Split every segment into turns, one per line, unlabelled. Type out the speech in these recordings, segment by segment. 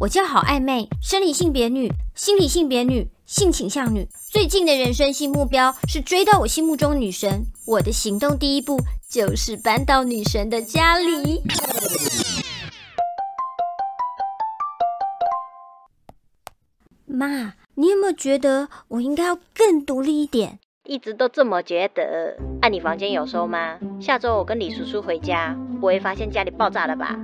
我叫郝爱妹，生理性别女，心理性别女，性倾向女。最近的人生新目标是追到我心目中女神。我的行动第一步就是搬到女神的家里。妈，你有没有觉得我应该要更独立一点？
一直都这么觉得。啊，你房间有收吗？下周我跟李叔叔回家，不会发现家里爆炸了吧？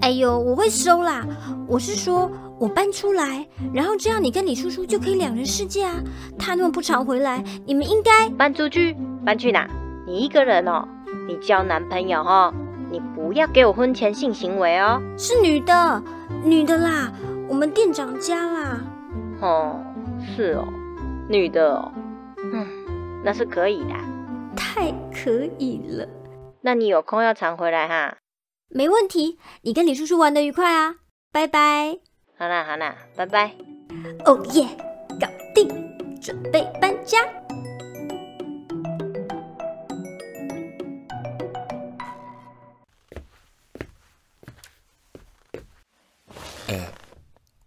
哎呦，我会收啦。我是说，我搬出来，然后这样你跟李叔叔就可以两人世界啊。他那么不常回来，你们应该……
搬出去？搬去哪？你一个人哦？你交男朋友哦？你不要给我婚前性行为哦。
是女的，女的啦，我们店长家啊啦。
哦，是哦，女的哦。嗯，那是可以的。
太可以了，
那你有空要常回来哈。
没问题。你跟李叔叔玩的愉快啊，拜拜。
好啦好啦，拜拜。
哦耶，搞定，准备搬家。
哎，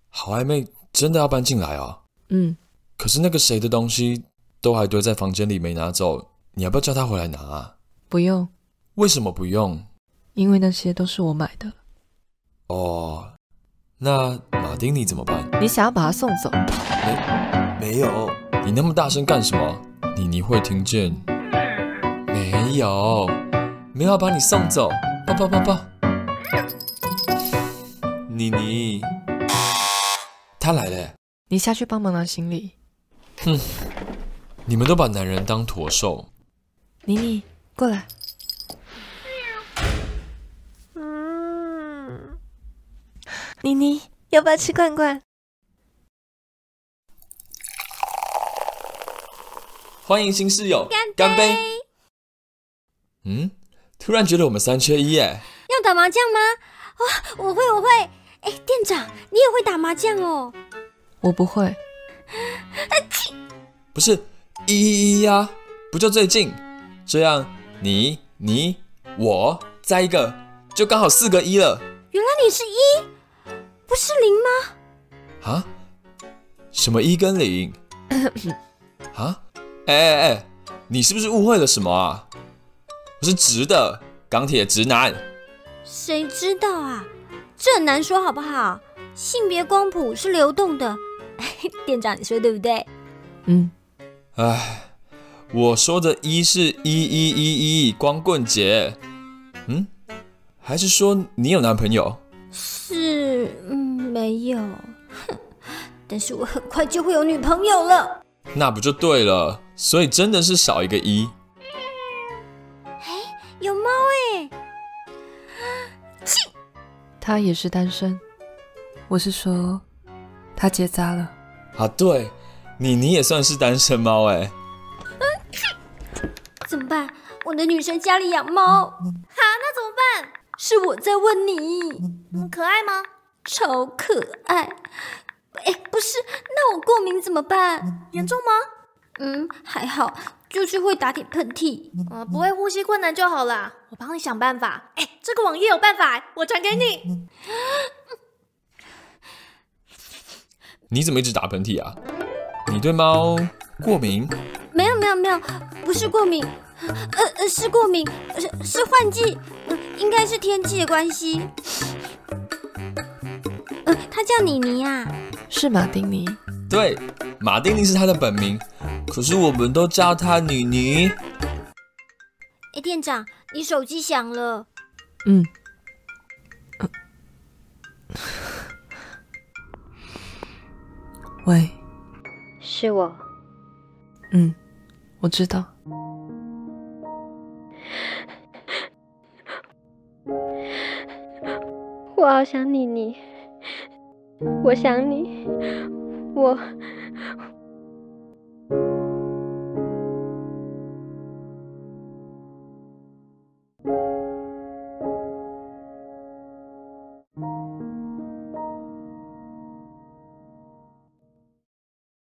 好暧昧，真的要搬进来哦。
嗯，
可是那个谁的东西都还堆在房间里没拿走，你要不要叫他回来拿啊？
不用，
为什么不用？
因为那些都是我买的。
哦，那马丁尼怎么办？
你想要把它送走？
没有，你那么大声干什么？妮妮会听见。没有，没有要把你送走，抱抱抱抱。妮妮，他来了，
你下去帮忙拿行李。
你们都把男人当驼兽。
妮妮，过来。嗯妮妮，要不要吃罐罐？
欢迎新室友，干杯！嗯，突然觉得我们三缺一耶。
要打麻将吗？哇、我会，我会。哎，店长，你也会打麻将哦？
我不会。
不是一一一呀，不就最近？这样你你我再一个，就刚好四个一了
原来你是一，不是零吗？
啊？什么一跟 零？啊？哎哎哎，你是不是误会了什么啊？我是直的，钢铁直男。
谁知道啊？这很难说好不好？性别光谱是流动的， 店长你说对不对？
嗯，
唉，我说的“一”是一一一一光棍节，嗯，还是说你有男朋友？
是，嗯，没有。哼，但是我很快就会有女朋友了。
那不就对了，所以真的是少一个一。
有猫哎、
他也是单身。我是说，他结扎了。
啊，对，你你也算是单身猫哎、
怎么办？我的女神家里养猫，哈，那怎么办？是我在问你，
可爱吗？
超可爱。哎，不是，那我过敏怎么办？
严重吗？
嗯，还好，就是会打点喷嚏。
呃，不会呼吸困难就好啦，我帮你想办法。哎，这个网页有办法，我传给你。
你怎么一直打喷嚏啊？你对猫过敏？
没有没有没有，不是过敏，呃呃是过敏，呃是是换季，嗯、应该是天气的关系。呃，他叫妮妮啊，
是马丁尼。
对，马丁尼是他的本名，可是我们都叫他妮妮。
哎，店长，你手机响了，
嗯， 喂，
是我，
嗯，我知道。
我好想你，你，我想你，我